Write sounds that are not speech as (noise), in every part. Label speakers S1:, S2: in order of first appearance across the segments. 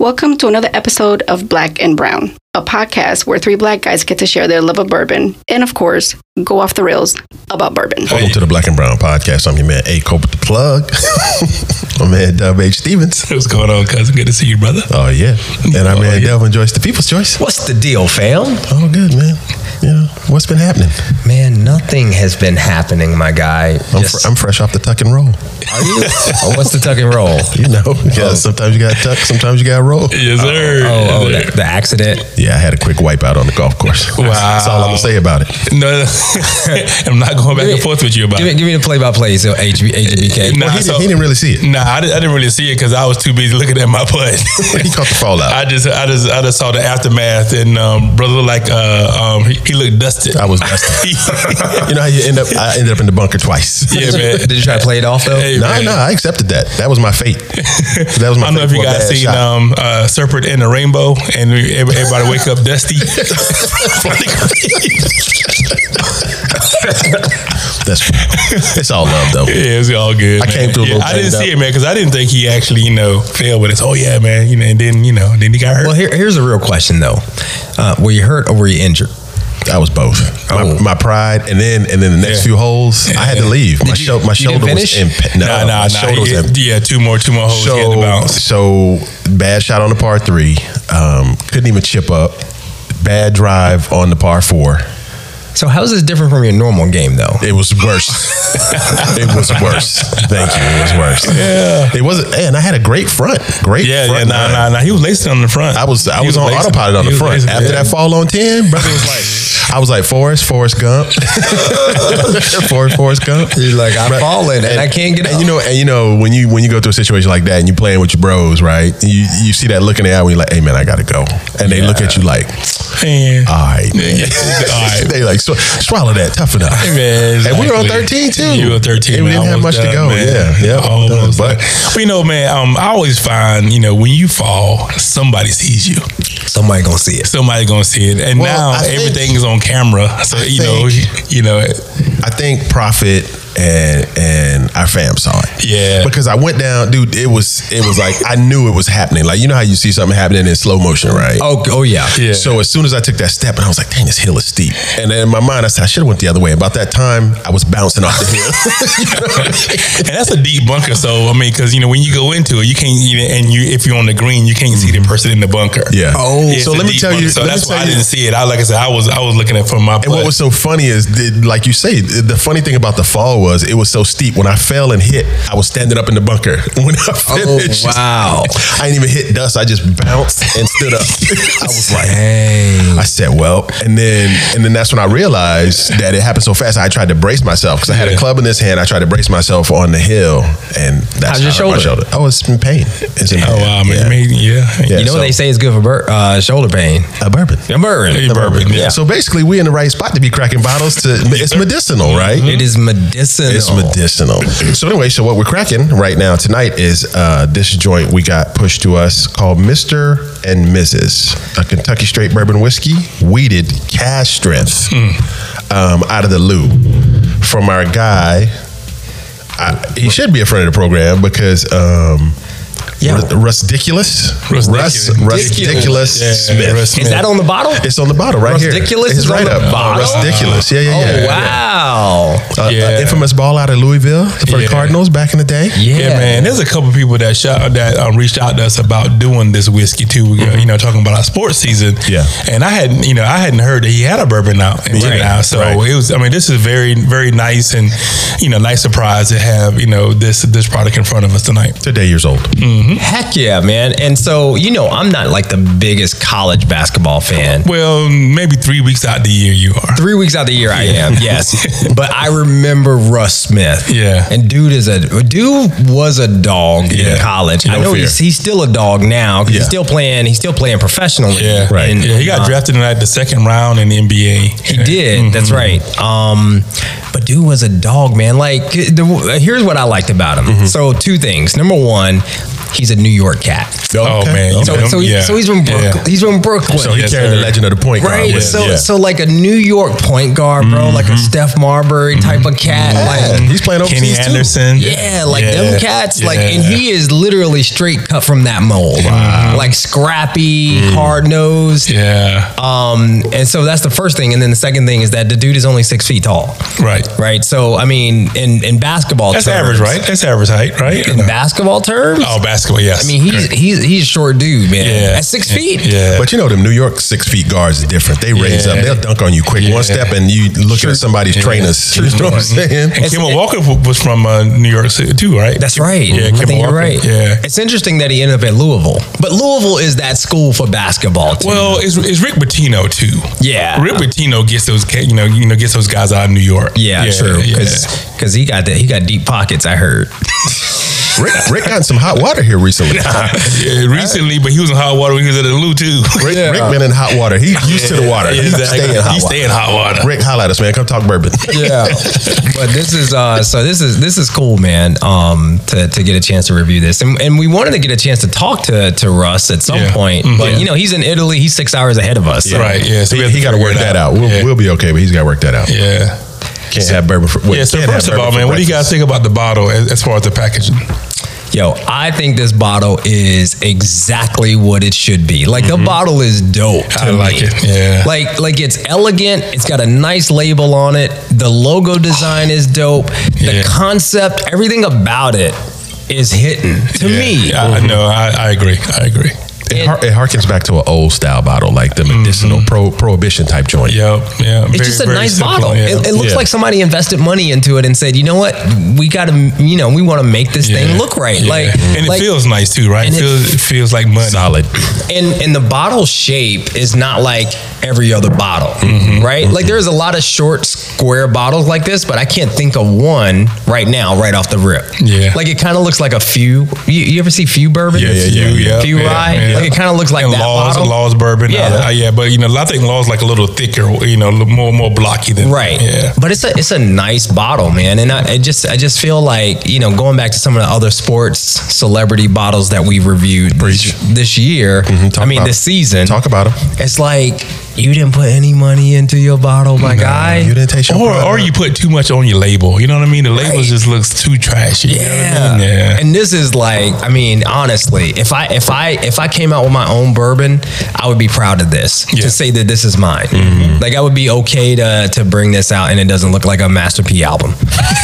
S1: Welcome to another episode of Black and Brown, a podcast where three black guys get to share their love of bourbon and, of course, go off the rails about bourbon.
S2: Welcome to the Black and Brown Podcast. I'm your man A Cope with the plug. (laughs) my man Dub H Stevens.
S3: (laughs) What's going on, cousin? Good to see you, brother.
S2: Oh yeah, and our man Delvin Joyce, the People's Choice.
S4: What's the deal, fam?
S2: Oh good man. You know what's been happening?
S4: Man, nothing has been happening, my guy.
S2: I'm,
S4: Just-
S2: fr- I'm fresh off the tuck and roll.
S4: are you? oh, what's the tuck and roll?
S2: You
S3: (laughs)
S2: know,
S3: Oh.
S2: yeah. Sometimes you got to tuck, sometimes you got to roll.
S3: Yes, sir.
S4: Oh, oh
S3: Yes, sir.
S4: the, the accident.
S2: Yeah, I had a quick wipeout on the golf course. (laughs)
S3: Wow.
S2: That's all I'm gonna say about it.
S3: (laughs) No, (laughs) I'm not going back
S4: Give
S3: and
S4: me-
S3: forth with you about
S4: Give
S3: it.
S4: me, give me the play by play. So HB, HBK.
S2: Well,
S3: Nah,
S2: he,
S3: so-
S2: didn't, he didn't really see it.
S3: Nah, I, di- I didn't really see it because I was too busy looking at my putt.
S2: He caught the fallout.
S3: (laughs) I just, I just, I just saw the aftermath, and um, brother looked like uh, um, he, he looked dusted. (laughs)
S2: I was dusted. you know how you end up? I ended up in the bunker twice. (laughs)
S3: yeah, man.
S4: Did you try to play it off though?
S3: Hey,
S2: No,
S3: man.
S2: no, I accepted that. That was my fate. That was my.
S3: I don't know
S2: fate
S3: if you
S2: for a
S3: guys
S2: bad
S3: seen
S2: shot.
S3: um, uh, Serpent and the Rainbow, and we- every- everybody wake up
S2: (laughs)
S3: dusty. (laughs)
S2: That's it's all love though.
S3: yeah, it's all good.
S2: I
S3: man.
S2: came through a
S3: Yeah,
S2: little
S3: I didn't
S2: banged
S3: see it, man, because I didn't think he actually, you know, failed with us. Oh yeah, man. You know, and then you know, then he got hurt.
S4: Well, here, here's a real question though. Uh, were you hurt or were you injured?
S2: I was both.
S4: Oh.
S2: My, my pride, and then and then the next few holes, I had to leave. My,
S4: you-
S2: shou- my
S4: you
S2: shoulder
S4: didn't
S2: was
S4: finish?
S2: in. pa- No,
S3: Nah, nah,
S2: my
S3: nah.
S2: shoulder was
S3: yeah,
S2: in.
S3: yeah, two more, two more holes he had to
S2: So,
S3: bounce.
S2: so bad shot on the par three. Um, couldn't even chip up. Bad drive on the par four.
S4: So how is this different from your normal game though?
S2: It was
S3: (laughs)
S2: worse. it was worse. Thank you. It was worse. Yeah. It wasn't. And I had a great front. Great.
S3: Yeah, yeah,
S2: front
S3: nah,
S2: nine.
S3: nah, nah. He was lacing on the front.
S2: I was I
S3: He
S2: was on
S3: lacing.
S2: autopilot on
S3: He
S2: the
S3: was
S2: front.
S3: lacing,
S2: After
S3: yeah.
S2: that fall on ten, brother was like, I was like Forrest, Forrest Gump, (laughs) Forrest, Forrest Gump.
S4: You're like, "I've fallen and I can't get
S2: And
S4: up."
S2: you know, and you know when you when you go through a situation like that and you playing with your bros, right? You you see that look in the eye when you're like, hey man, I gotta go, and they look at you like,
S3: Man.
S2: all right, man. (laughs)
S3: Yeah, yeah. All right.
S2: they like "Swa- swallow that, tough enough.
S3: Hey, man,
S2: and we were on thirteen
S3: exactly.
S2: too.
S3: You were
S2: And
S3: thirteen.
S2: we
S3: man.
S2: didn't have
S3: Almost
S2: much to
S3: done,
S2: go.
S3: man.
S2: Yeah, yeah,
S3: Almost.
S2: But
S3: But you know, man, um, I always find you know when you fall, somebody sees you.
S4: Somebody gonna see it.
S3: Somebody gonna see it, and
S2: Well, I
S3: now
S2: think-
S3: everything is on camera. So
S2: I
S3: you know,
S2: think-
S3: you know,
S2: I think Prophet and and our fam saw it.
S3: Yeah.
S2: Because I went down, dude, it was it was like I knew it was happening. Like you know how you see something happening in slow motion, right?
S4: Oh, oh yeah.
S3: Yeah.
S2: So as soon as I took that step, and I was like, "Dang, this hill is steep." And then in my mind, I said, "I should have went the other way." About that time, I was bouncing off the (laughs) hill.
S3: (laughs) and that's a deep bunker. So I mean, because you know when you go into it, you can't, you know, and you if you're on the green, you can't see the person in the bunker.
S2: yeah.
S4: Oh.
S3: It's
S2: so
S3: a
S2: let me
S3: deep
S2: tell you.
S3: bunker. So
S2: let me
S3: that's why
S2: tell
S3: I
S2: you-
S3: didn't see it. I like I said, I was I was looking at it from my.
S2: And what was so funny is, that, like you say, the funny thing about the fall was it was so steep. When I fell and hit, I was standing up in the bunker. (laughs) When I finished,
S4: wow.
S2: I didn't even hit dust. I just bounced and stood up. (laughs) I was like, I said, well, and then and then that's when I realized that it happened so fast. I tried to brace myself because I had a
S3: Yeah.
S2: club in this hand. I tried to brace myself on the hill, and that's
S4: How's your
S2: how I hurt
S4: shoulder?
S2: Oh, it's in pain. It's in
S3: Oh
S2: pain.
S3: wow, man.
S2: Yeah.
S3: man, Yeah.
S2: Yeah.
S4: You know
S2: so-
S4: what they say is good for bur- uh, shoulder pain.
S2: A bourbon.
S4: A burn.
S3: Hey, bourbon. Yeah.
S2: So basically, we in the right spot to be cracking bottles. To it's medicinal, right?
S3: Mm-hmm.
S4: It is medicinal.
S2: It's
S4: (clears throat)
S2: medicinal. So anyway, so what we're cracking right now tonight is uh, this joint we got pushed to us called Mister and Mrs. A Kentucky Straight Bourbon Whiskey, weeded cash strength,
S4: Hmm.
S2: um, out of the loop from our guy. I, he should be a friend of the program because. Um,
S4: Yeah.
S2: Ru- Rusticulous, Russ,
S3: Rusticulous.
S2: Rusticulous
S3: Yeah,
S2: Smith.
S3: Russ Smith.
S4: Is that on the bottle?
S2: It's on the bottle right here.
S4: Rusticulous
S2: It's
S4: is on
S2: right
S4: the
S2: up.
S4: bottle?
S2: Rusticulous. Yeah, yeah, yeah.
S4: Oh wow!
S2: Uh, uh,
S3: Yeah.
S2: infamous ball out of Louisville for the
S3: Yeah.
S2: Cardinals back in the day.
S4: Yeah,
S3: Yeah, man. There's a couple people that shot that um, reached out to us about doing this whiskey too. We got- You know, talking about our sports season.
S2: Mm-hmm. Yeah.
S3: and I hadn't, you know, I hadn't heard that he had a bourbon out in
S2: Right.
S3: July. So
S2: Right.
S3: it was. I mean, this is very, very nice and you know, nice surprise to have you know this this product in front of us tonight.
S2: Today years old.
S4: Heck yeah, man. And so, you know, I'm not like the biggest college basketball fan.
S3: Well, maybe three weeks out the year you are.
S4: Three weeks out of the year, I am, yes. (laughs) but I remember Russ Smith.
S3: Yeah.
S4: And dude is a dude was a dog
S3: Yeah.
S4: in college.
S2: No
S4: I know
S2: fear.
S4: he's, he's still a dog now 'cause
S2: Yeah.
S4: he's still playing. He's still playing professionally.
S3: Yeah,
S2: Right.
S4: And,
S3: Yeah, he got
S4: uh,
S3: drafted in like the second round in the NBA.
S4: He did.
S3: Mm.
S4: That's right. Um, but dude was a dog, man. Like, the, here's what I liked about him. So, two things. Number one, he's a New York cat.
S3: Oh man,
S4: So,
S3: You know,
S4: so, he,
S3: yeah.
S4: so he's from Brooklyn.
S3: Yeah.
S4: He's from Brooklyn.
S2: So he
S3: Yes,
S2: carrying
S3: sir.
S2: the legend of the point guard
S4: Right,
S2: with him.
S4: so
S2: Yeah.
S4: so like a New York point guard, bro, like a
S3: Mm-hmm.
S4: Steph Marbury type of cat,
S2: Yeah,
S4: like
S2: he's playing overseas
S3: Kenny
S2: too.
S3: Anderson.
S4: yeah, like them cats, like
S3: Yeah.
S4: and he is literally straight cut from that mold, like scrappy, hard nosed,
S3: Mm. Yeah.
S4: um, and so that's the first thing, and then the second thing is that the dude is only six feet tall,
S3: Right.
S4: right? So I mean, in in basketball,
S3: That's
S4: terms-
S3: average, right? That's average height, right?
S4: In basketball terms,
S3: oh, basketball. Yes.
S4: I mean, he's he's he's a short dude, man.
S3: yeah.
S4: At six
S3: Yeah.
S4: feet,
S3: Yeah.
S2: But you know, them New York six feet guards are different. They raise
S3: Yeah.
S2: up, they'll dunk on you quick.
S3: Yeah.
S2: One step and you look
S4: True.
S2: at somebody's trainers. You know what I'm saying?
S3: Mm-hmm. and Kimball Walker w- was from uh, New York City too, right?
S4: That's right.
S3: Yeah,
S4: I
S3: Kimball
S4: think
S3: Walker.
S4: you're right.
S3: Yeah.
S4: It's interesting that he ended up at Louisville, but Louisville is that school for basketball. Too.
S3: Well, it's, it's Rick Pitino too.
S4: Yeah.
S3: Rick Pitino gets those ca- you know you know gets those guys out of New York.
S4: yeah, true.
S3: yeah.
S4: Because he got that he got deep pockets. I heard.
S2: Rick, Rick got in some hot water here recently.
S3: (laughs) Yeah, recently, but he was in hot water when he was at the Lou too.
S2: Rick,
S4: Yeah.
S2: Rick been in hot water. He's used to the water.
S3: Yeah,
S2: He's
S3: exactly.
S2: staying hot
S3: He
S2: water.
S3: stay in hot water.
S2: Rick, holla at us, man. Come talk bourbon.
S4: yeah (laughs) but this is uh so this is this is cool man um to, to get a chance to review this and, and we wanted to get a chance to talk to to russ at some
S3: Yeah.
S4: point
S3: Mhm.
S4: but
S3: Yeah.
S4: you know he's in italy he's six hours ahead of us so-
S3: Right. Yeah. So
S2: he
S3: we have
S2: got to
S3: figure
S2: work
S3: it
S2: that out. We'll,
S3: yeah.
S2: we'll be okay, but he's got to work that out.
S3: yeah.
S2: Can't have bourbon for wait,
S3: Yeah, so
S2: can't have
S3: first of
S2: bourbon
S3: all,
S2: for
S3: man, what do you guys
S2: breakfast.
S3: think about the bottle as, as far as the packaging?
S4: yo i think this bottle is exactly what it should be like the bottle is dope to
S3: Mm-hmm. I like
S4: me.
S3: it. Yeah.
S4: like like it's elegant it's got a nice label on it the logo design is dope the
S3: Yeah.
S4: concept everything about it is hitting to
S3: Yeah.
S4: me
S3: I, I know. I, I agree. I agree.
S2: It, har- it harkens back to an old style bottle, like the
S3: Mm-hmm.
S2: medicinal pro- prohibition type joint.
S3: Yep. Yeah.
S4: It's just a nice bottle. It, it looks
S2: Yeah.
S4: like somebody invested money into it and said, you know what, we got to, you know, we want to make this thing look right. Like,
S3: and it
S4: like-
S3: feels nice too, right?
S4: and
S3: It
S4: it-
S3: feels, it feels like money.
S2: Solid.
S4: and and the bottle shape is not like every other bottle,
S3: Mm-hmm.
S4: right? Like there's a lot of short square bottles like this, but I can't think of one right now, right off the rip.
S3: Yeah.
S4: like it kind of looks like a few. You, you ever see few bourbon?
S2: Yeah, yeah, yeah.
S3: Few, yeah,
S4: few
S3: yeah,
S4: rye.
S3: yeah.
S4: Like it kind of looks like
S3: and
S4: that
S3: Laws,
S4: bottle.
S3: Laws bourbon. Yeah.
S4: Yeah.
S3: yeah. But, you know, I think Laws like a little thicker, you know, a little more, more blocky than.
S4: Right.
S3: Yeah.
S4: But it's a it's a nice bottle, man. And I, I just I just feel like, you know, going back to some of the other sports celebrity bottles that we reviewed this, this year,
S3: Mm-hmm.
S2: talk
S4: I mean
S2: about
S4: this
S2: it.
S4: season,
S2: Talk about them.
S4: it's like you didn't put any money into your bottle, my guy.
S2: You didn't taste your
S3: Or,
S2: product.
S3: or you put too much on your label. You know what I mean? The label
S4: Right.
S3: just looks too trashy. You know what I
S4: Yeah.
S3: mean? Yeah.
S4: And this is like, I mean, honestly, if I if I if I came out with my own bourbon, I would be proud of this
S3: Yeah.
S4: to say that this is mine. Like I would be okay to to bring this out and it doesn't look like a Master P album. (laughs)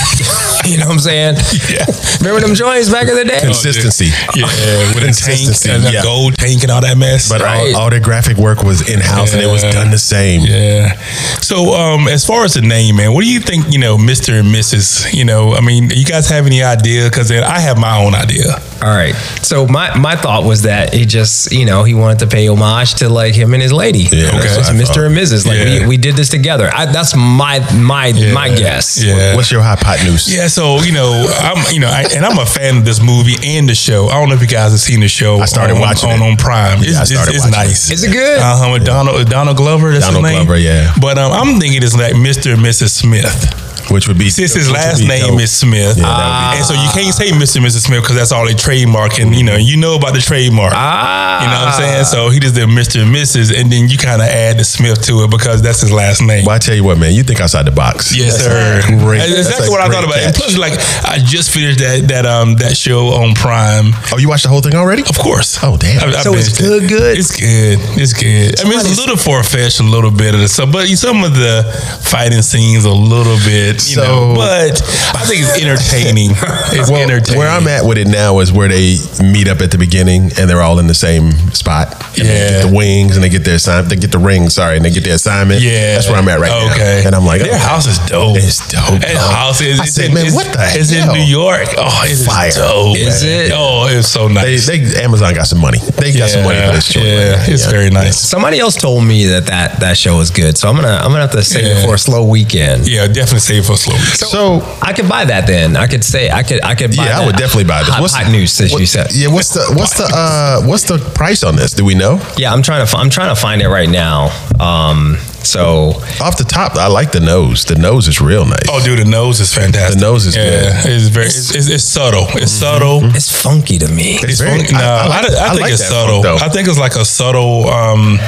S4: you know what I'm saying?
S3: Yeah.
S4: Remember them joints back in the day?
S2: Consistency. (laughs)
S3: (laughs) Yeah, with a tank
S2: Consistency,
S3: and a
S2: yeah.
S3: gold tank and all that mess.
S2: But
S4: Right.
S2: all, all their graphic work was in house and it was
S3: Yeah.
S2: done the same.
S3: yeah. So, um, as far as the name, man, what do you think? You know, Mister and Mrs. You know, I mean, you guys have any idea? Because I have my own idea.
S4: All right. So my my thought was that he just, you know, he wanted to pay homage to like him and his lady.
S2: Yeah,
S4: okay.
S2: that's
S4: It's
S2: what I
S4: Mr.
S2: thought.
S4: and Mrs. Like
S3: Yeah.
S4: we, we did this together. I, that's my my my
S3: Yeah.
S4: guess.
S3: Yeah.
S2: What's your hypotenuse?
S3: yeah, so you know, I'm you know, I, and I'm a fan of this movie and the show. I don't know if you guys have seen the show.
S2: I started
S3: on,
S2: watching
S3: on,
S2: it.
S3: on Prime.
S2: Yeah, I
S3: it's,
S2: started
S3: it's, it's
S2: watching it.
S3: nice.
S4: Is it good?
S2: Uh,
S3: Uh-huh, with Donald Donald Glover. That's
S2: Donald
S3: his name.
S2: Glover, yeah.
S3: But um, I'm thinking it's like Mr. and Mrs. Smith.
S2: Which would be
S3: Since his
S2: which would
S3: last
S2: be
S3: name
S2: dope.
S3: is Smith,
S2: Yeah, that
S3: and so you can't say Mr. and Mrs. Smith because that's all they trademark, and you know you know about the trademark.
S4: Ah.
S3: You know what I'm saying? So he just did Mr. and Mrs. and then you kind of add the Smith to it because that's his last name.
S2: Well, I tell you what, man, you think outside the box.
S3: Yes, sir.
S2: That's great-
S3: That's
S2: that's
S3: exactly
S2: a
S3: what I thought
S2: great
S3: about. And
S2: catch.
S3: plus, like, I just finished that that um that show on Prime.
S2: Oh, you watched the whole thing already?
S3: Of course.
S2: Oh, damn.
S4: So it's
S3: binged
S4: good, good?
S3: It's good. It's good. I mean, it's a little far fetched, a little bit of the stuff, but some of the fighting scenes a little bit, you
S2: So-
S3: know. But I think it's
S2: (laughs)
S3: entertaining. It's
S2: Well,
S3: entertaining.
S2: where I'm at with it now is where they meet up at the beginning and they're all in the same spot. And They
S3: Yeah.
S2: get the wings and they get their assignment. They get the ring, sorry, and they get their assignment.
S3: Yeah,
S2: That's where I'm at right now.
S3: Okay,
S2: And I'm like,
S3: their
S2: oh,
S3: house is dope.
S2: It's dope,
S3: That
S2: dog.
S3: house is.
S2: I
S3: it's
S2: said,
S3: in-
S2: man,
S3: it's-
S2: what the
S3: It's in
S2: hell?
S3: New York. Oh, it's
S2: Fire.
S3: dope.
S4: Is
S3: man.
S4: it?
S3: Oh, it's so
S2: They,
S3: nice.
S2: they Amazon got some money. They got some money for this joint.
S3: Yeah,
S2: right now.
S3: it's
S2: Yeah.
S3: very nice.
S4: Somebody else told me that that that show was good, so I'm gonna I'm gonna have to save
S3: Yeah.
S4: it for a slow weekend.
S3: Yeah, definitely save for Slowly.
S2: So
S4: I could buy that then. I could say I could I could buy
S2: Yeah, I
S4: that.
S2: would definitely buy this.
S4: Hot, hot news, as
S2: what-
S4: you said.
S2: Yeah, what's the what's the uh what's the price on this? Do we know?
S4: Yeah, I'm trying to fi- I'm trying to find it right now. Um, so
S2: Off the top, I like the nose. The nose is real nice.
S3: Oh, dude, the nose is fantastic.
S2: The nose is
S3: yeah,
S2: good. Mm-hmm.
S3: it's very it's, it's, it's subtle. It's subtle.
S4: it's funky to me.
S3: It's
S2: Very-
S3: fun-
S2: I-
S3: nah,
S2: I
S3: I,
S2: like-
S3: I
S2: I
S3: think
S2: like
S3: it's
S2: that
S3: subtle.
S2: funk, though.
S3: I think it's like a subtle. Um,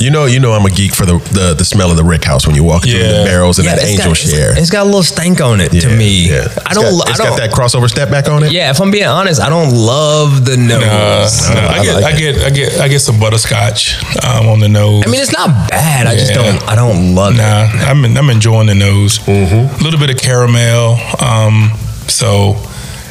S2: You know, you know, I'm a geek for the the, the smell of the Rick House when you walk through the
S3: Yeah.
S2: barrels and that
S4: it's
S2: angel
S4: got, it's-
S2: share.
S4: it's got a little stank on it to
S2: Yeah,
S4: me.
S2: yeah.
S4: I
S2: It's
S4: don't.
S2: Got,
S4: I
S2: it's
S4: don't.
S2: got that crossover step back on it.
S4: yeah, if I'm being honest, I don't love the nose.
S3: uh,
S2: no,
S3: I,
S2: I
S3: get,
S2: like
S3: I
S2: it.
S3: get, I get, I get some butterscotch um, on the nose.
S4: I mean, it's not bad. I just
S3: Yeah.
S4: don't. I don't love it.
S3: nah, I'm, I'm enjoying the nose.
S2: Mm-hmm.
S3: A little bit of caramel. Um, so,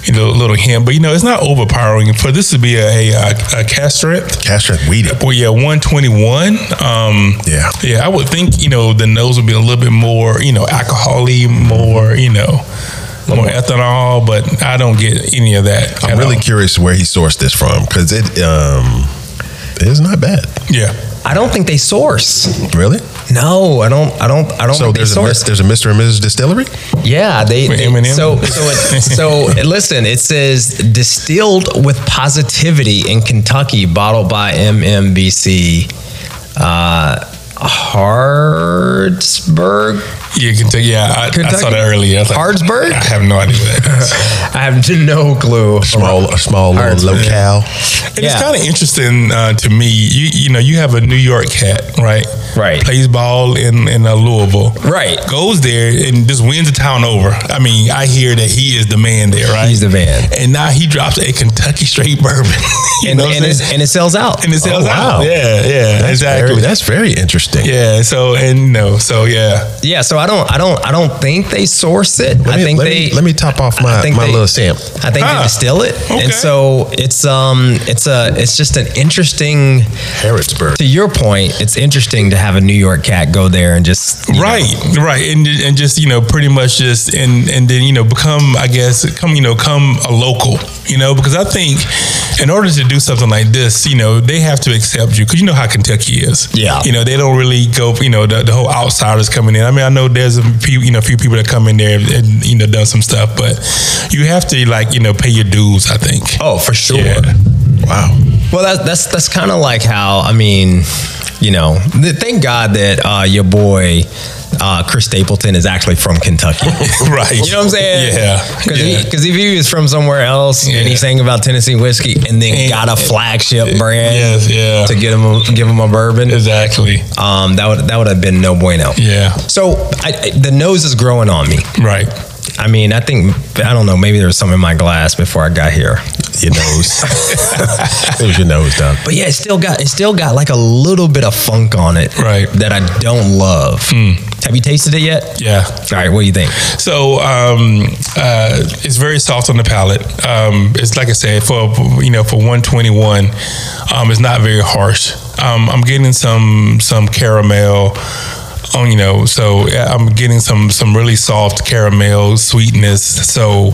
S3: you know, a little hint, but you know, it's not overpowering. For this to be a a, a, a castrate,
S2: Castro weeded.
S3: well, yeah, 121. Um,
S2: Yeah.
S3: Yeah, I would think you know the nose would be a little bit more you know alcoholy, more you know more ethanol, but I don't get any of that.
S2: I'm
S3: at
S2: really
S3: all.
S2: curious where he sourced this from because it um it's not bad.
S3: yeah.
S4: I don't think they source.
S2: Really?
S4: No, I don't. I don't. I don't.
S2: So
S4: think they
S2: there's a mis-
S4: source.
S2: there's a Mr. and Mrs. Distillery.
S4: Yeah, they.
S3: With
S4: they-
S3: Eminem?
S4: so so it, so
S2: (laughs)
S4: listen. It says distilled with positivity in Kentucky, bottled by MMBC. Uh, Hardsburg.
S3: Yeah, Kentucky. Yeah, I, I saw
S4: Kentucky?
S3: that earlier. I was like,
S4: Hardsburg?
S3: I have no idea what that
S4: (laughs)
S3: is.
S4: I have no clue.
S2: Small, a small little
S4: Hartsburg.
S2: locale.
S3: And It's
S4: Yeah.
S3: kind of interesting uh, to me. You you know you have a New York cat, right?
S4: Right.
S3: Plays ball in in uh, Louisville.
S4: Right.
S3: Goes there and just wins the town over. I mean, I hear that he is the man there, right?
S4: He's the man.
S3: And now he drops a Kentucky straight bourbon. (laughs) You
S4: And,
S3: know what I'm
S4: and, it's,
S3: saying?
S4: and it sells out. Oh,
S3: and it sells
S2: Oh, wow.
S3: out. Yeah, yeah,
S2: That's
S3: exactly.
S2: Very, that's very interesting.
S3: yeah. So and you know, so yeah,
S4: yeah, so I don't, I don't, I don't think they source it.
S2: Let me,
S4: I think
S2: let
S4: they.
S2: me, let me top off my,
S4: I think
S2: my
S4: they-
S2: little sample.
S4: I think
S3: Huh.
S4: they distill it,
S3: Ah. Okay.
S4: and so it's um, it's a, it's just an interesting.
S2: Harrodsburg.
S4: To your point, it's interesting to have a New York cat go there and just you know,
S3: right, right, and and just you know, pretty much just and and then you know, become I guess come you know, come a local, you know, because I think in order to do something like this, you know, they have to accept you because you know how Kentucky is.
S4: Yeah.
S3: you know, they don't really go, you know, the, the whole outsiders coming in. I mean, I know there's a few, you know, a few people that come in there and you know done some stuff, but you have to like you know pay your dues. I think.
S4: Oh, for sure.
S3: Yeah.
S2: Wow.
S4: Well, that's that's that's kind of like how I mean, you know, th- thank God that uh, your boy uh, Chris Stapleton is actually from Kentucky.
S3: (laughs) (laughs) Right.
S4: You know what I'm saying?
S3: Yeah.
S4: Because
S3: Yeah.
S4: if he was from somewhere else and
S3: Yeah.
S4: he sang about Tennessee whiskey and then
S3: And-
S4: got a flagship brand
S3: Yes. Yeah.
S4: to get him a, give him a bourbon,
S3: Exactly.
S4: um, that would that would have been no bueno.
S3: Yeah.
S4: So I, I- the nose is growing on me.
S3: Right.
S4: I mean, I think I don't know. Maybe there was some in my glass before I got here.
S2: (laughs) your
S3: (laughs)
S2: nose. it was your nose, dog.
S4: But yeah, it still got it still got like a little bit of funk on it,
S3: Right. Hmm.
S4: That I don't love. Have you tasted it yet?
S3: Yeah.
S4: All right, what do you think?
S3: So um, uh, it's very soft on the palate. Um, it's like I said for you know for 121, um, it's not very harsh. Um, I'm getting some some caramel. On you know, so yeah, I'm getting some some really soft caramel sweetness. So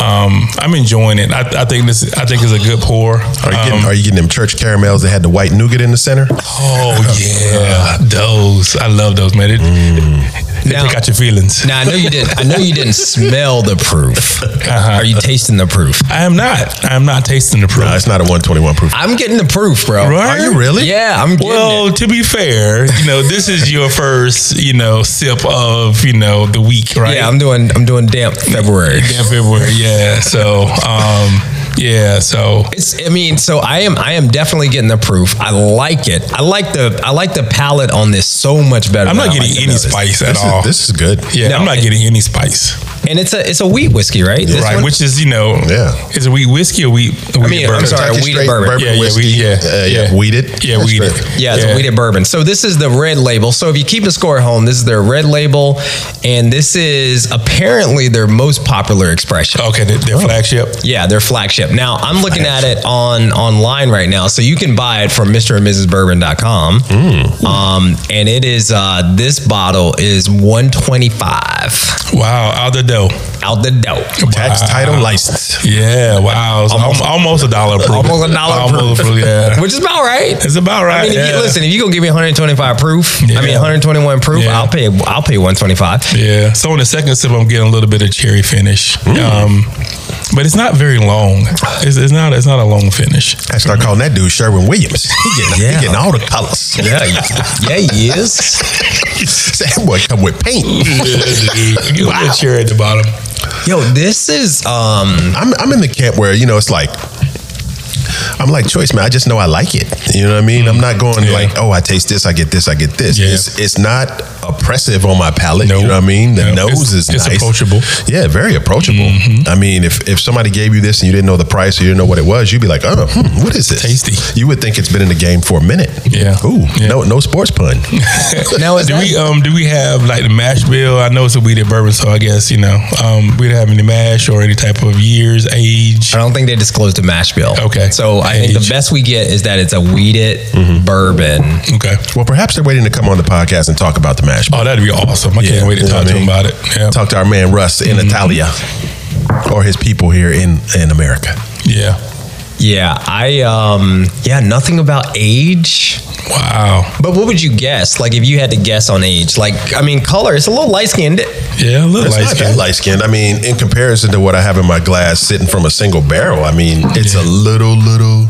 S3: um, I'm enjoying it. I, I think this I think it's a good pour.
S2: Are you,
S3: Um,
S2: getting, are you getting them church caramels that had the white nougat in the center?
S3: Oh yeah, (laughs) those I love those, man. It, they
S4: Now-
S3: take out your feelings.
S4: Now I know you didn't. I know you didn't smell the proof.
S3: Uh-huh.
S4: Are you tasting the proof?
S3: I am not. I am not tasting the proof.
S2: No, Uh, it's not a 121 proof.
S4: I'm getting the proof, bro.
S2: Are
S3: Right?
S2: you really?
S4: Yeah, I'm getting
S3: Well,
S4: it.
S3: to be fair, you know this is
S4: (laughs)
S3: your first, you know, sip of you know the week, right?
S4: Yeah, I'm doing. I'm doing damp February.
S3: yeah, February. Yeah, so um, yeah, so
S4: It's, I mean, so I am. I am definitely getting the proof. I like it. I like the. I like the palette on this so much better.
S3: I'm
S4: than
S3: not
S4: I
S3: getting
S4: like the
S3: any
S4: nose.
S3: spice at
S2: This
S3: all.
S2: is, this is good.
S3: yeah,
S4: No.
S3: I'm not getting any spice.
S4: And it's a. It's a wheat whiskey, right? This
S3: right,
S4: one?
S3: which is you know,
S2: Yeah.
S3: is it wheat whiskey or wheat? wheat
S4: mean, I'm
S3: bourbon?
S4: sorry,
S2: Kentucky
S4: wheated
S2: straight
S4: bourbon.
S3: Yeah, yeah,
S2: whiskey.
S3: we- yeah,
S2: Uh, yeah,
S3: yeah.
S2: Weeded.
S3: Yeah,
S2: That's
S3: wheated.
S2: right.
S4: Yeah, it's a wheated bourbon. So this is the red label. So if you keep the score at home, this is their red label, and this is apparently their most popular expression.
S3: Okay, their,
S4: Oh.
S3: their flagship.
S4: Yeah, their flagship. Now I'm looking at it on online right now, so you can buy it from Mr. and Mrs. Bourbon.com.
S3: Hmm.
S4: Um, and it is uh, this bottle is 125.
S3: Wow, out the dough.
S4: out the door.
S2: Tax title license.
S3: Yeah, wow. It's almost, almost a dollar proof.
S4: Almost a dollar
S3: Almost,
S4: proof. (laughs)
S3: yeah.
S4: Which is about right.
S3: It's about right.
S4: I mean, if
S3: yeah.
S4: you, listen, if you gonna give me 125 proof, I mean
S3: Yeah.
S4: 121 proof,
S3: Yeah.
S4: I'll pay. I'll pay 125.
S3: Yeah. So in the second sip, I'm getting a little bit of cherry finish,
S2: Mm.
S3: um, but it's not very long. It's, it's not. It's not a long finish.
S2: I start calling that dude Sherwin Williams. He getting,
S4: Yeah.
S2: he getting all the colors.
S4: Yeah,
S3: (laughs)
S4: yeah, he is.
S2: (laughs) that boy come with
S3: (laughs)
S2: paint.
S3: Get a little cherry at the bottom.
S4: Yo, this is um.
S2: I'm, I'm in the camp where you know it's like I'm like choice man. I just know I like it. You know what I mean? I'm not going
S3: Yeah.
S2: like oh I taste this, I get this, I get this.
S3: Yeah.
S2: It's it's not oppressive on my palate. You
S3: Nope.
S2: know what I mean? The
S3: No.
S2: nose
S3: It's-
S2: is
S3: it's
S2: nice.
S3: approachable. Mm-hmm.
S2: Yeah, very approachable. I mean, if if somebody gave you this and you didn't know the price or you didn't know what it was, you'd be like, oh, hmm, what is this?
S3: Tasty.
S2: You would think it's been in the game for a minute.
S3: Yeah.
S2: Ooh,
S3: Yeah.
S2: no no sports
S3: (laughs)
S2: pun.
S4: Now Oh, is
S3: do
S4: that-
S3: we um do we have like the mash bill? I know it's a weeded bourbon, so I guess you know um we don't have any mash or any type of years, age.
S4: I
S2: Uh,
S4: don't think they disclosed the mash bill.
S3: Okay.
S4: So I think the
S3: Age. Mm-hmm.
S4: best we get is that it's a weeded bourbon.
S3: Okay.
S2: well, perhaps they're waiting to come on the podcast and talk about the mash.
S3: Oh, that'd be awesome. I
S2: Yeah,
S3: can't wait to
S2: you know
S3: talk
S2: what I
S3: to him
S2: mean?
S3: about it. Yeah.
S2: talk to our man Russ
S3: Mm-hmm.
S2: in Italia or his people here in, in America.
S3: Yeah.
S4: Yeah, I um yeah, nothing about age.
S3: Wow.
S4: But what would you guess? Like if you had to guess on age, like I mean color, it's a little light skinned.
S3: Yeah, a little
S2: It's
S3: light
S2: not that
S3: skin.
S2: light skinned. I mean, in comparison to what I have in my glass sitting from a single barrel, I mean, it's a little, little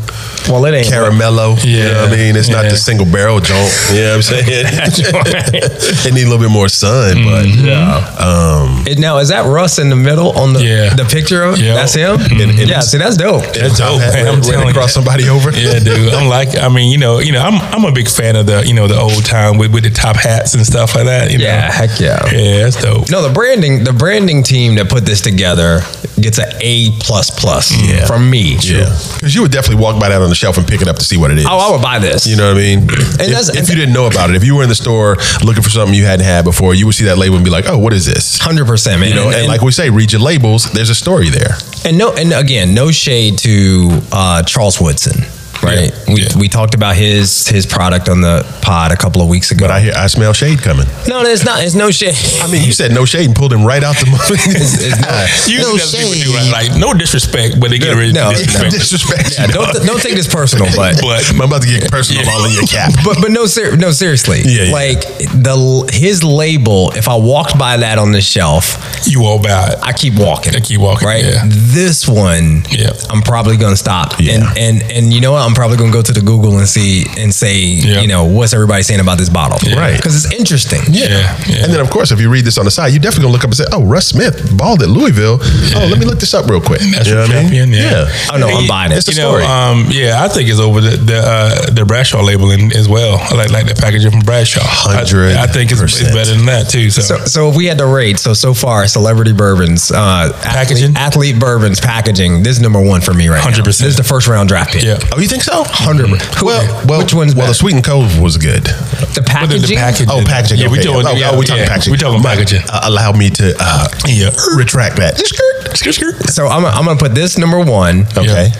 S4: Well, it ain't
S2: caramello. You know what I
S3: Yeah,
S2: mean? It's not
S3: yeah.
S2: the single barrel joint. You know what I'm
S3: (laughs)
S2: saying? (laughs) it need a little bit more sun, but
S3: Mm-hmm.
S2: um,
S4: It- now is that Russ in the middle on the
S3: Yeah.
S4: the picture of
S3: Yeah.
S4: that's him?
S3: Mhm.
S4: yeah, see that's dope.
S3: That's
S2: I've
S3: dope,
S2: had-
S3: man. I'm
S2: ran
S3: telling you.
S2: across somebody over.
S3: Yeah, dude. I'm like, I mean, you know, you know, I'm I'm a big fan of the, you know, the old time with, with the top hats and stuff like that. You
S4: Yeah,
S3: know?
S4: heck yeah.
S3: Yeah, that's dope.
S4: No, the branding the branding team that put this together gets an A plus plus
S2: Yeah.
S4: from me.
S2: yeah, because you would definitely walk by that on the shelf and pick it up to see what it is.
S4: Oh, I would buy this.
S2: You know what I mean?
S4: And that's-
S2: if, if you didn't know about it, if you were in the store looking for something you hadn't had before, you would see that label and be like, "Oh, what is this?"
S4: Hundred percent, man.
S2: You know, and,
S4: And- and-
S2: like we say, read your labels. There's a story there.
S4: And no, and again, no shade to uh, Charles Woodson, right?
S3: Yeah,
S4: We
S3: yeah.
S4: we talked about his his product on the pod a couple of weeks ago.
S2: But I hear I smell shade coming.
S4: no, no, it's not. It's no shade.
S2: I mean, you said no shade and pulled him right
S3: (laughs)
S2: out the movie.
S4: it's not.
S3: You
S2: (laughs) No
S3: know,
S2: shade.
S3: do, right? Like, no disrespect, but they get ready
S4: no,
S3: to disrespect.
S2: disrespect.
S4: Yeah,
S2: you
S4: don't
S2: know?
S4: don't
S2: (laughs)
S4: take this personal,
S3: (laughs)
S4: but
S3: But
S2: I'm about to get personal all in your
S3: (laughs)
S2: cap.
S4: but but no ser- no seriously,
S2: Yeah, yeah.
S4: like the his label. If I walked by that on the shelf,
S3: you all about it.
S4: I keep walking.
S3: I keep walking,
S4: Right.
S3: yeah.
S4: This one,
S3: Yeah.
S4: I'm probably gonna stop.
S2: Yeah.
S4: And and and you know what? I'm probably gonna go to the Google and see and say,
S3: Yeah.
S4: you know, what's everybody saying about this bottle?
S2: Right.
S4: Because it's interesting.
S3: Yeah. yeah.
S2: And then, of course, if you read this on the side, you definitely gonna look up and say, "Oh, Russ Smith bald at Louisville." Oh, let me look this up real quick.
S3: That's
S2: you know
S3: your
S2: what I mean?
S3: champion, yeah.
S4: Oh no, I'm
S3: Hey,
S4: buying it.
S2: it's a
S3: you know,
S2: story.
S3: um, yeah, I think it's over the the, uh, the Bradshaw labeling as well. I like like the packaging from Bradshaw. I, I think it's, it's
S2: 100%.
S3: better than that too. So,
S4: So, so if we had to rate, so so far, celebrity bourbons, uh, athlete-
S3: Packaging?
S4: athlete, bourbons, packaging. This is number one for me right 100%. now.
S3: 100%.
S4: This is the first round draft pick.
S3: yeah,
S2: Oh, you think so?
S4: Hundred. Who-
S2: Well, well,
S4: which one's
S2: well? The
S4: better?
S2: sweet and cove was good.
S4: The
S3: Whether
S4: packaging.
S3: the packaging.
S2: Oh, packaging.
S3: Yeah, we
S2: okay.
S3: doing.
S2: Oh,
S3: yeah,
S2: oh, we talking
S3: yeah,
S2: packaging.
S3: We talking
S2: My-
S3: packaging.
S2: Uh, allow me to uh,
S3: Yeah.
S2: retract that.
S3: Skirt, skirt.
S4: So I'm, I'm gonna put this number one.
S2: Okay.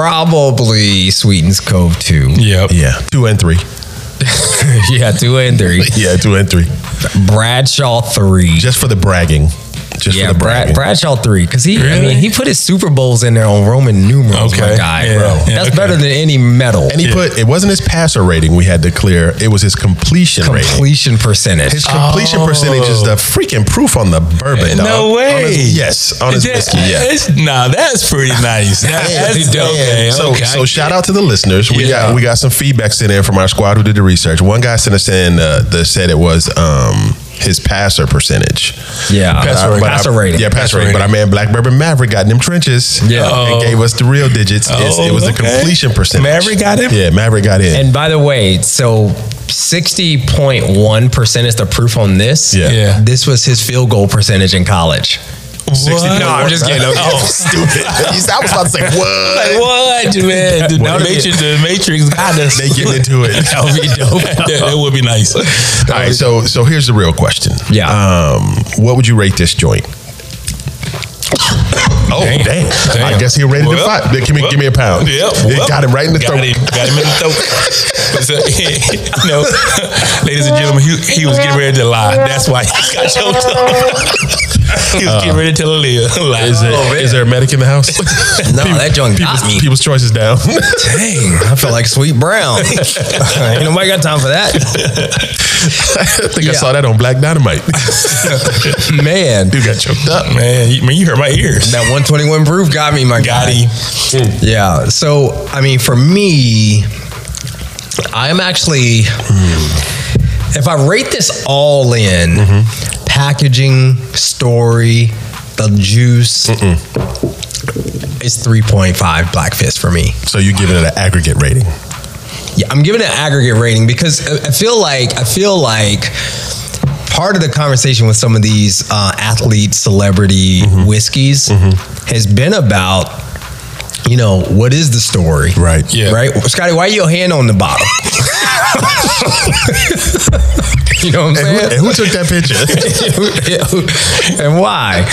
S4: Probably Sweetens Cove two.
S3: Yep.
S2: Yeah, two and three.
S4: yeah, two and three.
S2: Yeah, two and three.
S4: Bradshaw three.
S2: Just for the bragging. Just
S4: yeah,
S2: for the
S4: Brad,
S2: bragging.
S4: Bradshaw three because he, I
S3: Really?
S4: mean, he put his Super Bowls in there on Roman numerals, my
S3: Okay.
S4: guy,
S3: Yeah,
S4: bro.
S3: yeah,
S4: That's
S3: okay.
S4: better than any medal.
S2: and he put it wasn't his passer rating we had to clear. It was his completion rating.
S4: completion percentage.
S2: His completion percentage is the freaking proof on the bourbon. dog.
S3: No way.
S2: On his- yes, on his
S3: That-
S2: whiskey. Yeah.
S3: it's- Nah, that's pretty nice. That-
S2: (laughs) Yeah,
S3: that's
S2: yeah.
S3: dope. Okay,
S2: so,
S3: okay.
S2: so shout out to the listeners. We
S3: Yeah.
S2: got we got some feedback sent in from our squad who did the research. One guy sent us in uh, that said it was um, his passer percentage.
S4: yeah,
S3: Passer
S2: But
S3: rating.
S2: our-
S4: Passer rating.
S2: Yeah, passer,
S3: Passer
S2: rating. But our
S3: rating.
S2: man Black Bourbon Maverick got in them trenches.
S4: Yeah.
S2: and gave us the real digits. It's- it was
S3: Oh,
S2: the
S3: okay.
S2: completion percentage.
S3: Maverick got in?
S2: Yeah, Maverick got in.
S4: And by the way, so 60.1% is the proof on this.
S2: Yeah.
S3: Yeah.
S4: This was his field goal percentage in
S2: (laughs)
S4: college.
S3: What?
S4: No, I'm just kidding.
S3: Oh.
S2: stupid. (laughs) I was about to say
S3: Like,
S2: what?
S3: (laughs) what, man? The,
S2: What?
S3: the, matrix, (laughs) the Matrix got us.
S2: They getting into it.
S3: That would
S2: (laughs)
S3: be dope. (laughs) that, that would be nice.
S2: All right, so so here's the real question.
S4: Yeah.
S2: Um, what would you rate this joint? Oh damn!
S3: Damn.
S2: I
S3: Damn.
S2: guess he rated it
S3: Well,
S2: five. Give me,
S3: well,
S2: give me a pound.
S3: Yep.
S2: It
S3: well,
S2: got him right in the
S3: got
S2: throat.
S3: Him, (laughs) got him in the throat. so, (laughs) you know, (laughs) ladies and gentlemen, he, he was getting ready to lie. That's why he got choked up. Just get ready to live. (laughs) Like,
S2: Is, it,
S4: Oh, man.
S2: is there a medic in the
S3: (laughs)
S2: house?
S4: No, that joint got
S2: people's,
S4: me.
S2: people's choice is down. (laughs)
S4: Dang, I feel like Sweet Brown. (laughs) Ain't nobody got time for
S2: (laughs)
S4: that,
S2: I think I
S4: Yeah.
S2: saw that on Black
S3: (laughs)
S2: Dynamite.
S4: man.
S2: Dude got choked up.
S3: man, you, man, you hurt my ears.
S4: That 121 proof got me, my
S3: Got
S4: guy.
S3: him.
S4: Yeah. So, I mean, for me, I am actually, if I rate this all in packaging, story, the juice, it's 3.5 Black Fist for me.
S2: So you giving it an aggregate rating?
S4: Yeah, I'm giving it an aggregate rating because I I feel like I feel like part of the conversation with some of these uh, athlete celebrity
S2: Mm-hmm.
S4: whiskeys has been about you know what is the story,
S2: Right.
S3: Yeah.
S4: Right, Scotty, why your hand on the bottle? (laughs) you know
S2: And
S4: what I'm
S2: who,
S4: saying?
S2: and who took that picture?
S4: (laughs)
S3: (laughs)
S4: and why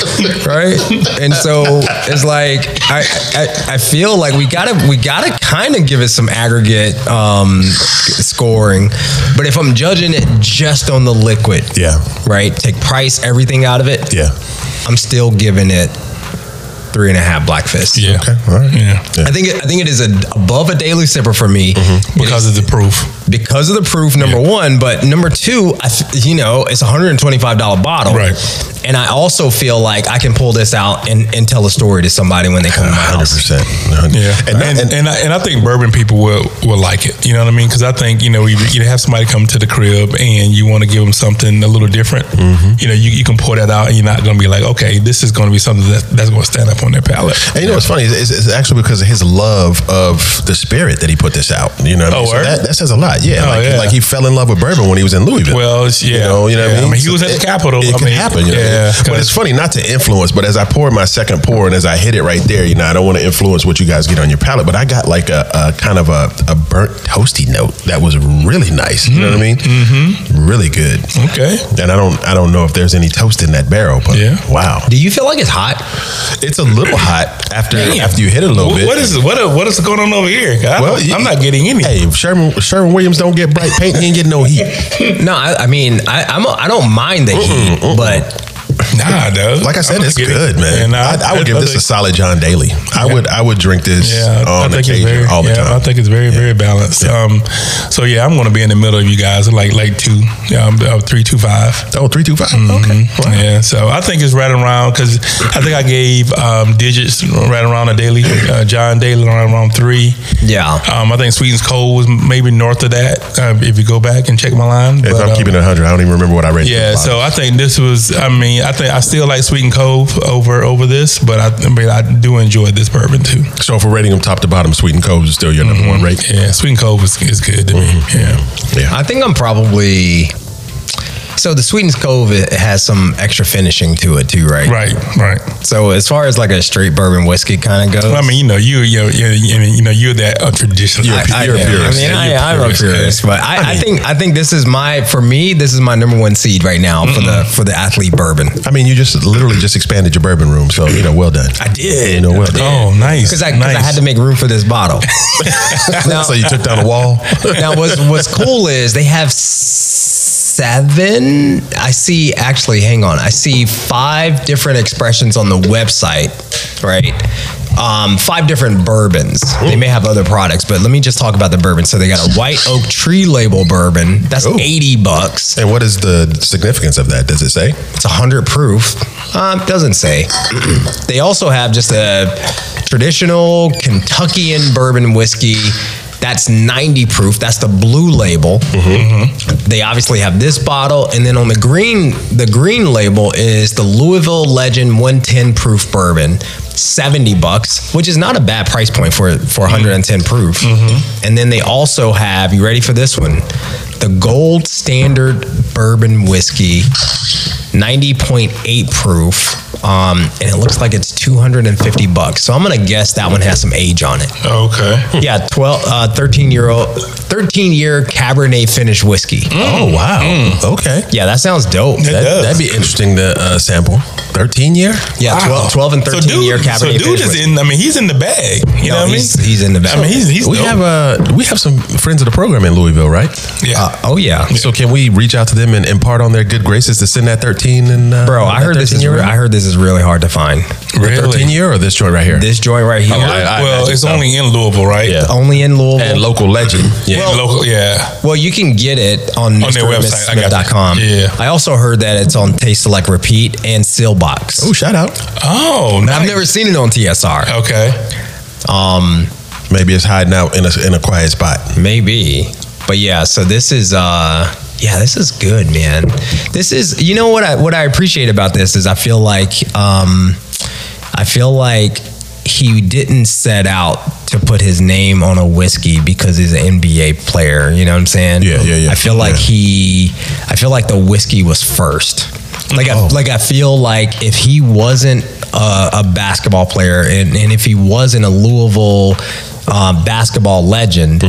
S4: right and so it's like I, I i feel like we gotta we gotta kind of give it some aggregate um scoring but if i'm judging it just on the liquid
S2: yeah.
S4: right take price everything out of it
S2: Yeah.
S4: i'm still giving it three and a half black fists
S3: Yeah.
S2: Okay. All right.
S3: Yeah.
S2: Yeah.
S4: I think it, I think it is a, above a daily sipper for me
S3: Mm-hmm. Because of the proof.
S4: because of the proof number one but number two I th- you know it's a $125 bottle
S3: Right.
S4: and i also feel like i can pull this out and, and tell a story to somebody when they come to my
S2: Hundred
S4: house
S2: percent.
S3: Yeah,
S2: And,
S3: and and,
S2: and-
S3: I, and I think bourbon people will will like it. You know what I mean? Because I think you know you, you have somebody come to the crib and you want to give them something a little different.
S2: Mm-hmm.
S3: You know, you, you can pour that out and you're not going to be like, okay, this is going to be something that, that's going to stand up on their palate.
S2: and you know what's funny is it's, it's actually because of his love of the spirit that he put this out. You know, what I mean?
S3: Oh, word?
S2: that, that says a lot. Yeah,
S3: Oh,
S2: like,
S3: yeah.
S2: like he fell in love with bourbon when he was in Louisville.
S3: Well, it's- yeah,
S2: you know, you know
S3: yeah.
S2: what I mean.
S3: he was at the
S2: It-
S3: Capitol.
S2: It
S3: I
S2: can
S3: mean,
S2: happen. You know?
S3: yeah,
S2: but it's funny not to influence. But as I poured my second pour and as I hit it right there, you know, I don't want to influence what you guys get on your palate. But I got like a, a kind of a, a burnt toasty note that was really nice. You know what I mean? Mm-hmm. Really good.
S3: okay.
S2: And I don't I don't know if there's any toast in that barrel, but
S3: Yeah.
S2: wow.
S4: do you feel like it's hot
S2: It's a little hot after
S3: Damn.
S2: after you hit it a little
S3: What-
S2: bit.
S3: what is what what is going on over here? I,
S2: Well,
S3: don't-
S2: you-
S3: I'm not getting any.
S2: Hey, if Sherman Sherman Williams don't get bright paint, he ain't getting no heat.
S4: no i, I mean I, i'm a, i don't mind the heat but
S3: Nah, dude.
S2: Like I said, it's good, man. I, I would give this a solid John Daly. I would I would drink this
S3: Yeah, I
S2: on
S3: think it's
S2: occasion
S3: very,
S2: all the
S3: yeah, I
S2: time.
S3: think it's very, very balanced. Um, so yeah, I'm going to be in the middle of you guys, like like two, um, uh, three, two, five. Mm-hmm.
S2: oh, three two five. Okay. Wow.
S3: Yeah, so I think it's right around because I think I gave um, digits right around a daily, uh, John Daly right around three.
S4: yeah
S3: Um, I think Sweden's Cold was maybe north of that. Uh, if you go back and check my line,
S2: If I'm keeping it 100, I don't even remember what I rated.
S3: uh, yeah,
S2: this bottle.
S3: so I think this was. I mean, I think I still like Sweet and Cove over over this, but I, I mean, I do enjoy this bourbon too.
S2: so if we're rating them top to bottom, Sweet and Cove is still your number one rate.
S3: Yeah, Sweet and Cove is, is good to me. Mm-hmm.
S2: Mm-hmm.
S3: Yeah,
S2: Yeah.
S4: i think i'm probably so the sweetens cove it has some extra finishing to it too right
S3: right, right.
S4: so as far as like a straight bourbon whiskey kind of goes
S3: I mean, you know, you you you you know, you're that uh, traditional.
S2: You're a pu-
S4: I,
S2: you're a
S4: yeah,
S2: purist.
S4: I mean,
S2: Yeah,
S4: I,
S2: you're a
S4: I'm a
S2: purist, yeah.
S4: purist, but I, I, think I think this is my for me. This is my number one seed right now for the for the athlete bourbon
S2: I mean, you just literally just expanded your bourbon room, so you know, well done. I
S4: did.
S2: You know, well done.
S3: Oh, nice.
S4: because I, 'cause
S3: nice.
S4: I had to make room for this
S2: (laughs)
S4: bottle. now,
S2: So you took down a wall.
S4: now what's what's cool is they have seven. I see actually. Hang on, I see five different expressions on the website. Right. Um, five different bourbons. They may have other products, but let me just talk about the bourbon. So they got a white oak tree label bourbon. That's
S2: Ooh.
S4: eighty bucks.
S2: And what is the significance of that? Does it say?
S4: It's 100 proof. Um, doesn't say. (clears throat) they also have just a traditional Kentuckian bourbon whiskey. That's 90 proof. That's the blue label. They obviously have this bottle, and then on the green, the green label is the Louisville Legend 110 proof bourbon, 70 bucks, which is not a bad price point for for 110 proof. And then they also have. You ready for this one? The Gold Standard Bourbon Whiskey, 90.8 proof. um, and it looks like it's 250 bucks. So I'm gonna guess that one has some age on it.
S3: Okay.
S4: Yeah, 12, uh, 13 year old, 13 year Cabernet Finish whiskey.
S3: Mm.
S2: Oh wow. Okay.
S4: Yeah, that sounds dope.
S2: That,
S3: does.
S2: that'd be interesting to uh, sample. Thirteen year.
S4: Yeah,
S3: Wow.
S4: 12, 12 and 13
S3: so dude,
S4: year
S3: So
S4: Cabernet
S3: dude
S4: Finish
S3: is
S4: whiskey.
S3: in. I mean, he's in the bag. You know what I
S4: No,
S3: mean?
S4: he's, he's in the back.
S3: I mean, he's he's.
S2: We
S3: dope.
S2: have uh, we have some friends of the program in Louisville, right?
S3: yeah.
S4: uh, oh yeah.
S2: So can we reach out to them and impart on their good graces to send that thirteen and uh,
S4: Bro,
S2: that
S4: I heard this is
S2: 13
S4: re-
S2: year
S4: I heard this is really hard to find.
S2: the thirteen year or this joint right here?
S4: This joint right
S3: Oh,
S4: here,
S2: I- I
S3: well,
S2: imagine
S3: it's
S2: so.
S3: only in Louisville, right?
S2: Yeah.
S4: only in Louisville.
S2: and local legend. Yeah.
S3: In local. Yeah.
S4: Well, you can get it on,
S3: On their website. I got that.
S4: com.
S3: Yeah.
S4: I also heard that it's on Taste Select Repeat and Sealbox.
S2: oh, shout out.
S3: Oh, nice.
S4: I've never seen it on TSR.
S3: Okay.
S4: Um,
S2: Maybe it's hiding out in a in a quiet spot.
S4: maybe, but yeah. So this is uh, yeah, this is good, man. This is you know what I what I appreciate about this is I feel like um, I feel like he didn't set out to put his name on a whiskey because he's an NBA player. You know what I'm saying?
S2: Yeah, yeah, yeah.
S4: I feel like
S2: Yeah.
S4: he I feel like the whiskey was first. Like
S2: Oh.
S4: I like I feel like if he wasn't a, a basketball player and, and if he wasn't a Louisville um, basketball legend,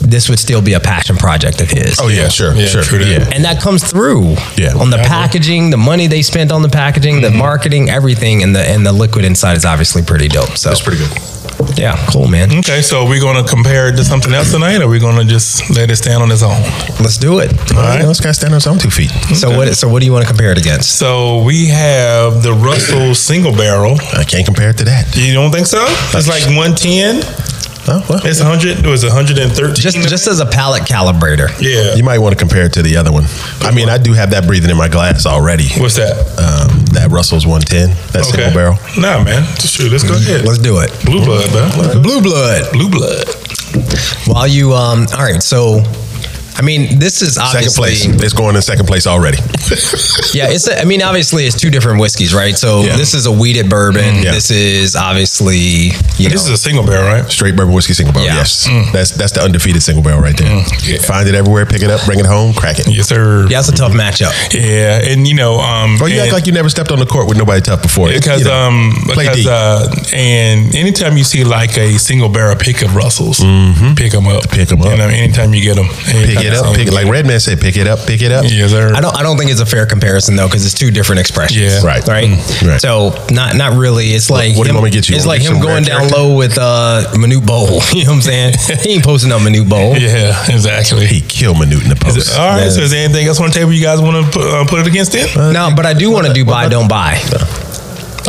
S4: this would still be a passion project of his.
S2: Mm-hmm. Oh yeah, sure,
S3: Yeah,
S2: sure,
S3: true that.
S2: yeah.
S4: And that comes through
S2: Yeah. Mm-hmm.
S4: on the
S3: Yeah, I agree.
S4: packaging, the money they spent on the packaging, the marketing, everything, and the and the liquid inside is obviously pretty dope. So
S2: That's pretty good.
S4: yeah, cool, man.
S3: Okay, so are we going to compare it to something else tonight, or are we going to just let it stand on its own?
S2: Mm-hmm.
S4: Let's do it.
S2: All right, let's got to stand on his own two feet.
S4: So what? So what do you want to compare it against?
S3: So we have the Russell Single Barrel.
S2: I can't compare it to that.
S3: You don't think so? It's like 110.
S2: Oh, well,
S3: It's 100. It was 113.
S4: Just just as a palate calibrator.
S3: yeah.
S2: you might want to compare it to the other one. I mean, I do have that breathing in my glass already.
S3: What's that?
S2: Um, that Russell's 110, that single barrel. Mm-hmm.
S3: Nah, man. Shoot, let's go ahead.
S4: Let's do it.
S3: Blue blood, man.
S4: Blue blood.
S3: Blue blood.
S4: While you um all right, so I mean, this is
S2: Second
S4: obviously
S2: place. It's going in second place already.
S4: yeah. It's a, I mean, obviously, it's two different whiskeys, right? So
S2: Yeah. Mm-hmm.
S4: this is a weeded bourbon.
S2: Yeah.
S4: This is obviously you know
S3: This is a single barrel, right?
S2: Straight bourbon whiskey single barrel.
S4: Yeah.
S2: Yes, that's that's the undefeated single barrel right there.
S3: yeah.
S2: Find it everywhere, pick it up, bring it home, crack it.
S3: Yes, sir.
S4: Mm. yeah, it's a tough matchup.
S3: Yeah, and you know, um,
S2: Well, Oh, you
S3: and-
S2: act like you never stepped on the court with nobody tough before.
S3: because
S2: You know,
S3: um
S2: play
S3: because
S2: D.
S3: uh and anytime you see like a single barrel pick of Russells, pick them up,
S2: Mm-hmm. Pick 'em up.
S3: You know, anytime you get them,
S2: pick it up, pick it, like Redman said, pick it up, pick it up.
S3: yes, sir.
S4: I don't. I don't think it's a fair comparison though, because it's two different expressions.
S3: Yeah.
S2: Right.
S4: Right.
S2: Mm, right.
S4: So not not really. It's like
S2: what do you
S4: him-
S2: want me to get you?
S4: It's
S2: Want
S4: like
S2: me to
S4: him
S2: get
S4: going
S2: some
S4: down
S2: red
S4: low with uh Manute Bowl. (laughs) you know what I'm saying? he ain't posting up Manute Bowl.
S3: yeah, exactly.
S2: He killed Manute in the post.
S3: All right. So is there anything else on the table you guys want to put, uh, put it against it?
S4: No, but I do want to do buy, don't buy.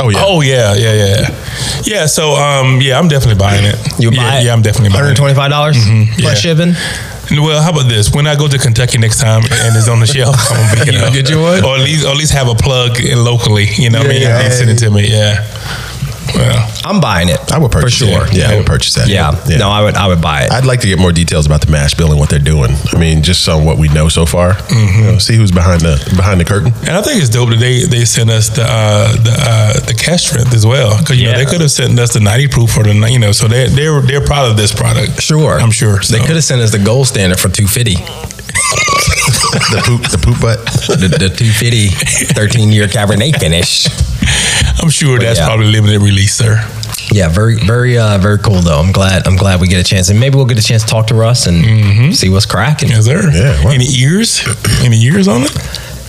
S2: Oh yeah.
S3: Oh yeah, yeah, yeah, yeah. So um, yeah, I'm definitely buying it.
S4: You
S3: yeah,
S4: buy it?
S3: Yeah, I'm definitely buying it.
S4: $125 dollars
S2: Mm-hmm.
S3: yeah.
S4: plus shipping.
S3: Well, how about this? When I go to Kentucky next time and it's on the shelf, I'm gonna pick it
S4: (laughs) You
S3: up.
S4: get you one?
S3: Or at least, or at least have a plug in locally. You know, what I mean,
S2: Yeah.
S3: and send it to me. Yeah. Well,
S4: I'm buying it.
S2: I would
S4: for
S2: purchase
S4: sure.
S2: It. Yeah, I would purchase that.
S4: Yeah. No, I would I would buy it.
S2: I'd like to get more details about the mash bill and what they're doing. I mean, just on what we know so far.
S4: Mm-hmm.
S2: You know, see who's behind the behind the curtain.
S3: And I think it's dope that they, they sent us the uh, the uh, the cash strength as well because you know
S4: Yeah.
S3: they could have sent us the ninety proof or the you know so they they're they're proud of this product.
S4: sure.
S3: I'm sure
S4: They
S3: so.
S4: could have sent us the gold standard for 250.
S2: The poop, the poop butt.
S4: The, the (laughs) 250 13 year Cabernet finish.
S3: I'm sure that's
S4: yeah.
S3: probably limited release, sir.
S4: Yeah, very very uh very cool though. I'm glad I'm glad we get a chance and maybe we'll get a chance to talk to Russ and
S3: Mm-hmm.
S4: see what's cracking.
S3: Yes, sir.
S2: Yeah, wow.
S3: Any ears? Any ears on it?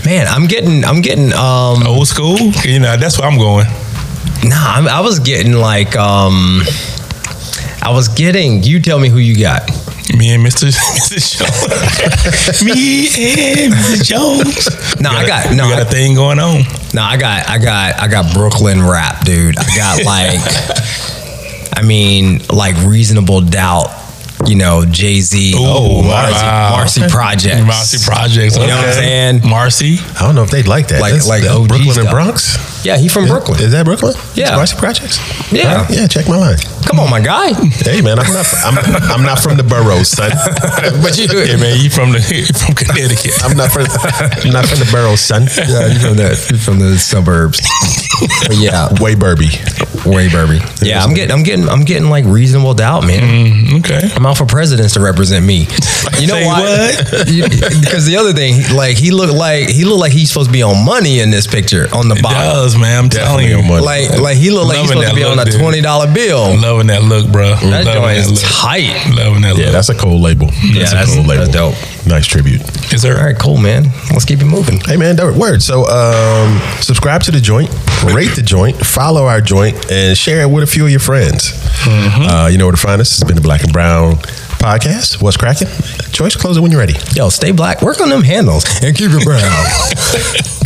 S4: Man, I'm getting I'm getting um
S3: Old school. You know that's where I'm going.
S4: Nah, I'm, I was getting like um, I was getting. You tell me who you got.
S3: Me and Mister (laughs) Mister Jones. Me and Mister Jones.
S4: No, I
S3: We
S4: got-
S3: a-
S4: no,
S3: we got
S4: I-
S3: a thing going on.
S4: No, I got, I got, I got Brooklyn rap, dude. I got like, I mean, like reasonable doubt. You know, Jay Z,
S3: Ooh,
S4: Marcy,
S3: wow.
S4: (laughs) Marcy Projects,
S3: Marcy Projects.
S4: You know what I'm
S3: okay.
S4: saying?
S3: Marcy.
S2: I don't know if they'd like that.
S4: Like- like
S2: that's
S4: OG
S2: Brooklyn
S4: stuff.
S2: and Bronx.
S4: Yeah, he from
S2: Is-
S4: Brooklyn.
S2: Is that Brooklyn?
S4: Yeah.
S2: It's Marcy Projects.
S4: Yeah.
S2: Right? Yeah. Check my line.
S4: Come on, my guy.
S2: Hey man, I'm not. I'm, I'm not from the boroughs, son.
S4: (laughs) But you,
S3: Yeah, man. You from the (laughs) you from Connecticut?
S2: I'm not from. I'm not from the boroughs, son.
S4: (laughs) yeah, you from the, you from the suburbs. But (laughs) yeah,
S2: Way Burby.
S4: way Burby. Yeah, Mm-hmm. I'm getting, I'm getting, I'm getting like reasonable doubt, man.
S3: Mm, okay.
S4: I'm out for presidents to represent (laughs) me. You know
S3: Say
S4: why? (laughs) Because the other thing, like he looked like he looked like he's supposed to be on money in this picture on the bottom.
S3: dollars, man. I'm telling
S2: Definitely
S3: you,
S2: on money.
S4: Like, like he looked like he's
S3: Loving that
S4: supposed to be on a
S3: look, dude.
S4: twenty dollar bill.
S3: I'm loving that look, bro.
S4: That
S3: loving
S4: joint
S3: that
S4: is
S3: look.
S4: tight.
S3: Loving that
S2: Yeah,
S3: look.
S2: that's a cool label.
S4: Yeah, that's- that's dope.
S2: Nice tribute.
S3: Is
S4: All
S3: there?
S4: right, cool, man. Let's keep it moving.
S2: Hey man, that word. So um, subscribe to the joint, rate the joint, follow our joint, and share it with a few of your friends.
S4: Mm-hmm.
S2: Uh, you know where to find us. It's been the Black and Brown podcast. What's cracking? Choice, close it when you're ready.
S4: (laughs) Yo, stay black. Work on them handles and keep it brown.